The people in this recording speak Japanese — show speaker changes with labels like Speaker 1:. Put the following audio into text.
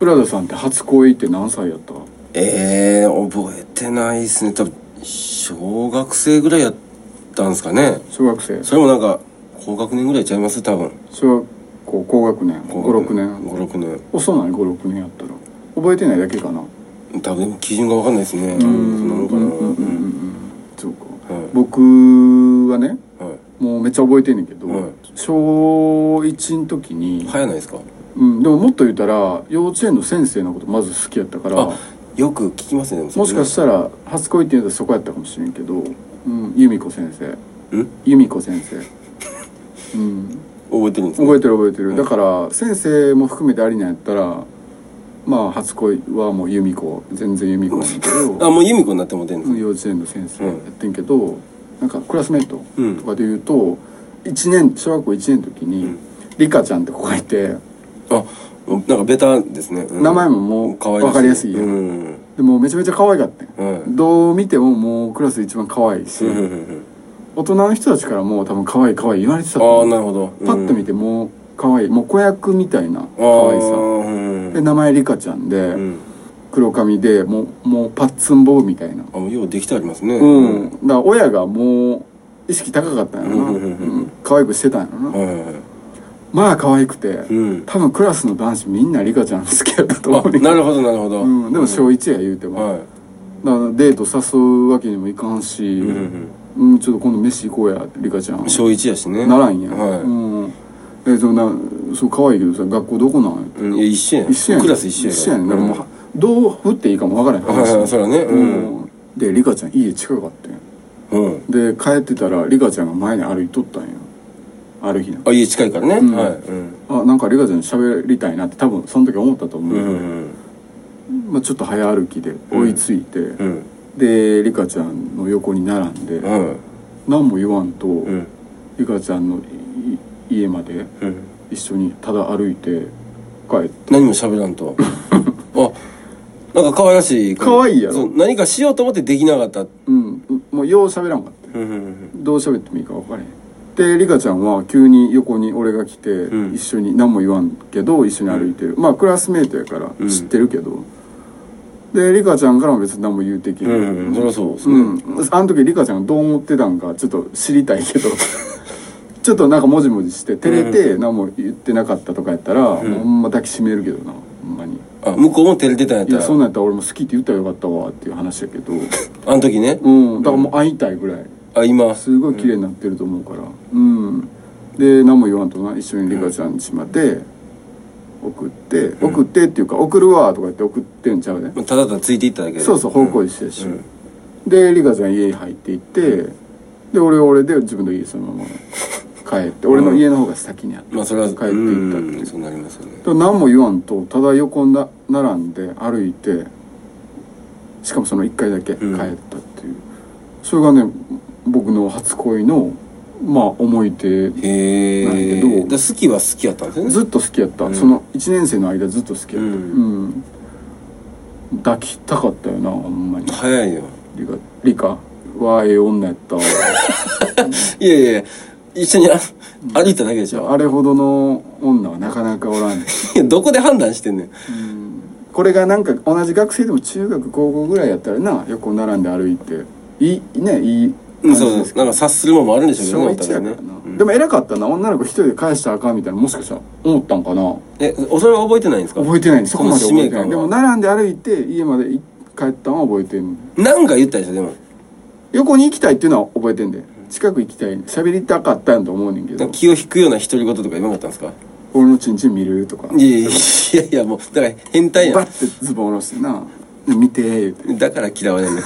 Speaker 1: 浦田さんって初恋って何歳やった
Speaker 2: ええ覚えてないですね多分小学生ぐらいやったんですかね
Speaker 1: 小学生
Speaker 2: それもなんか高学年ぐらいちゃいます多分
Speaker 1: 小学校高学年56年
Speaker 2: 56年
Speaker 1: 遅ない56年やったら覚えてないだけかな
Speaker 2: 多分基準が分かんないですねうんなのかな
Speaker 1: うんうんうん
Speaker 2: うん
Speaker 1: そうか
Speaker 2: はい
Speaker 1: 僕はね
Speaker 2: はい
Speaker 1: もうめっちゃ覚えてんねんけど、
Speaker 2: はい
Speaker 1: 小1の時に、
Speaker 2: 早ないですか
Speaker 1: うん、でももっと言うたら幼稚園の先生のことまず好きやったから
Speaker 2: あよく聞きますねでも
Speaker 1: もしかしたたら初恋って言うとそこやったかもしれんけど、うん、由美子先生
Speaker 2: らん
Speaker 1: 由美子先生うん
Speaker 2: 覚えてるんですか
Speaker 1: 覚えてる覚えてる、
Speaker 2: うん
Speaker 1: だから先生も含めてありなんやったらまあ初恋はもう由美子全然由美子なんやけ
Speaker 2: あ
Speaker 1: ど
Speaker 2: もう由美子になってもうてんです
Speaker 1: うん
Speaker 2: ね
Speaker 1: 幼稚園の先生
Speaker 2: う
Speaker 1: や
Speaker 2: ん
Speaker 1: ってんけど、なんかクラスメート
Speaker 2: うん
Speaker 1: とかで言うと一年小学校1年の時に、
Speaker 2: うん
Speaker 1: リカちゃんって子がいて
Speaker 2: あなんかベタですね、うん
Speaker 1: 名前ももう
Speaker 2: 可愛
Speaker 1: わかりやすいやん
Speaker 2: うん
Speaker 1: でもめちゃめちゃ可愛かったん
Speaker 2: はい
Speaker 1: どう見てももうクラスで一番可愛いし、
Speaker 2: うんうんうん
Speaker 1: 大人の人たちからもう多分可愛い可愛い言われてた
Speaker 2: あ
Speaker 1: と
Speaker 2: あ
Speaker 1: 思う
Speaker 2: なるほど
Speaker 1: パッと見
Speaker 2: て
Speaker 1: てもう可愛いもう子役みたいな
Speaker 2: ああ
Speaker 1: 可愛さ
Speaker 2: うん
Speaker 1: で名前リカちゃんで、
Speaker 2: うん
Speaker 1: 黒髪でもうもうパッツンボブみたいな
Speaker 2: あようできてありますね
Speaker 1: うん、だから親がもう意識高かったんやろな、
Speaker 2: う
Speaker 1: うんん
Speaker 2: うんうん
Speaker 1: 可愛くしてたんやろな、
Speaker 2: はいはいはい
Speaker 1: まあ可愛くて、
Speaker 2: うん
Speaker 1: 多分クラスの男子みんなリカちゃん好きやったと思
Speaker 2: あ
Speaker 1: うねん
Speaker 2: なるほどなるほど、
Speaker 1: うん、でも小1や言うても、
Speaker 2: は
Speaker 1: だからデート誘うわけにもいかんし、
Speaker 2: い、
Speaker 1: う
Speaker 2: うんん
Speaker 1: ちょっと今度飯行こうやリカちゃん
Speaker 2: うん、小一やしね
Speaker 1: ならんやん、
Speaker 2: はい、
Speaker 1: うんえそんなそう可愛いけどさ学校どこなん
Speaker 2: うんいや一緒やん
Speaker 1: 一緒やねん
Speaker 2: クラス一緒や
Speaker 1: 一緒やねんだ
Speaker 2: か
Speaker 1: かららもう、どう振っていいかもわからへん
Speaker 2: はい はいそらねうん
Speaker 1: うんでリカちゃん家近かったんや
Speaker 2: うん、
Speaker 1: で帰ってたらリカちゃんが前に歩いとったんやある日な
Speaker 2: あ家近いからね、
Speaker 1: うん
Speaker 2: はい、うん
Speaker 1: あなんかリカちゃんに喋りたいなって多分その時思ったと思
Speaker 2: う
Speaker 1: う、
Speaker 2: んうん
Speaker 1: まあ、ちょっと早歩きで追いついて、
Speaker 2: うん
Speaker 1: でリカちゃんの横に並んで、
Speaker 2: うん
Speaker 1: 何も言わんと、
Speaker 2: うん
Speaker 1: リカちゃんのい家まで
Speaker 2: うん
Speaker 1: 一緒にただ歩いて帰って
Speaker 2: 何も喋ら んとあなんか可愛らしい
Speaker 1: 可愛いやろ
Speaker 2: そう何かしようと思ってできなかった
Speaker 1: うんうもうよう喋らんかった
Speaker 2: うんうん
Speaker 1: どう喋ってもいいか分からへんでリカちゃんは急に横に俺が来て、
Speaker 2: うん
Speaker 1: 一緒に何も言わんけど一緒に歩いてる、まあクラスメートやから
Speaker 2: うん
Speaker 1: 知ってるけど、でリカちゃんからも別に何も言うてき
Speaker 2: うんうんうんそりゃそうですね、
Speaker 1: うんあの時リカちゃんがどう思ってたんかちょっと知りたいけど ちょっとなんかもじもじして照れて何も言ってなかったとかやったら、
Speaker 2: ん
Speaker 1: ほんま抱きしめるけどなほんまに
Speaker 2: あ向こうも照れてたんやっ
Speaker 1: い
Speaker 2: た
Speaker 1: や
Speaker 2: ら
Speaker 1: そんなんやったら俺も好きって言ったらよかったわっていう話やけ ど
Speaker 2: あの時ね、
Speaker 1: うんだからもう会いたいぐらい
Speaker 2: あ今
Speaker 1: すごい綺麗になってると思うからうん、で何も言わんとな一緒にリカちゃんちまで送って、
Speaker 2: ん
Speaker 1: 送ってっていうか送るわとか言って送ってんちゃうね、
Speaker 2: ただただついていっただけで
Speaker 1: そうそう方向一緒やし、でリカちゃん家に入っていってで俺は俺で自分の家そのまま帰って俺の家の方が先にあって、
Speaker 2: まあそれは
Speaker 1: 帰っていったっていう
Speaker 2: うんそうなりますよね
Speaker 1: だから何も言わんとただ横にな並んで歩いてしかもその1回だけ帰ったっていう、それがね僕の初恋のまあ思い出
Speaker 2: へえ
Speaker 1: なんやけど
Speaker 2: 好きは好きやったんですよね
Speaker 1: ずっと好きやった、
Speaker 2: うん
Speaker 1: その1年生の間ずっと好きやった、
Speaker 2: う
Speaker 1: うんん抱きたかったよなほんまに
Speaker 2: 早いよ
Speaker 1: リカリカはええ女やったわ
Speaker 2: いやいやいや一緒にあ歩いただけでしょ
Speaker 1: あれほどの女はなかなかおらん、う
Speaker 2: いやどこで判断してんねん
Speaker 1: ん、これがなんか同じ学生でも中学高校ぐらいやったらな横並んで歩いていいねいい
Speaker 2: うん
Speaker 1: 感
Speaker 2: そう
Speaker 1: じ
Speaker 2: そう
Speaker 1: ですけ
Speaker 2: なん
Speaker 1: ど
Speaker 2: か察するもんもあるんでしょう
Speaker 1: 小
Speaker 2: けど
Speaker 1: 一やからな、
Speaker 2: うん
Speaker 1: でも偉かったな女の子一人で返したらあかんみたいなもしかしたら思ったんかな
Speaker 2: えおそれは覚えてないんですか
Speaker 1: 覚えてないそこまで覚えて
Speaker 2: その使命
Speaker 1: な
Speaker 2: 感
Speaker 1: い
Speaker 2: は
Speaker 1: でも並んで歩いて家までい帰ったんは覚えてんの
Speaker 2: なんか言ったでしょでも
Speaker 1: 横に行きたいっていうのは覚えてんで近く行きたい喋りたかったんやと思うねんけ
Speaker 2: なん
Speaker 1: ど
Speaker 2: か気を引くような独り言とか言わなかったんですか
Speaker 1: 俺のチンチン見るとか
Speaker 2: いやいやいやいやもうだから変態や
Speaker 1: バッ
Speaker 2: ん
Speaker 1: てズボン下ろしてな「見て」言うて
Speaker 2: だから嫌われんねん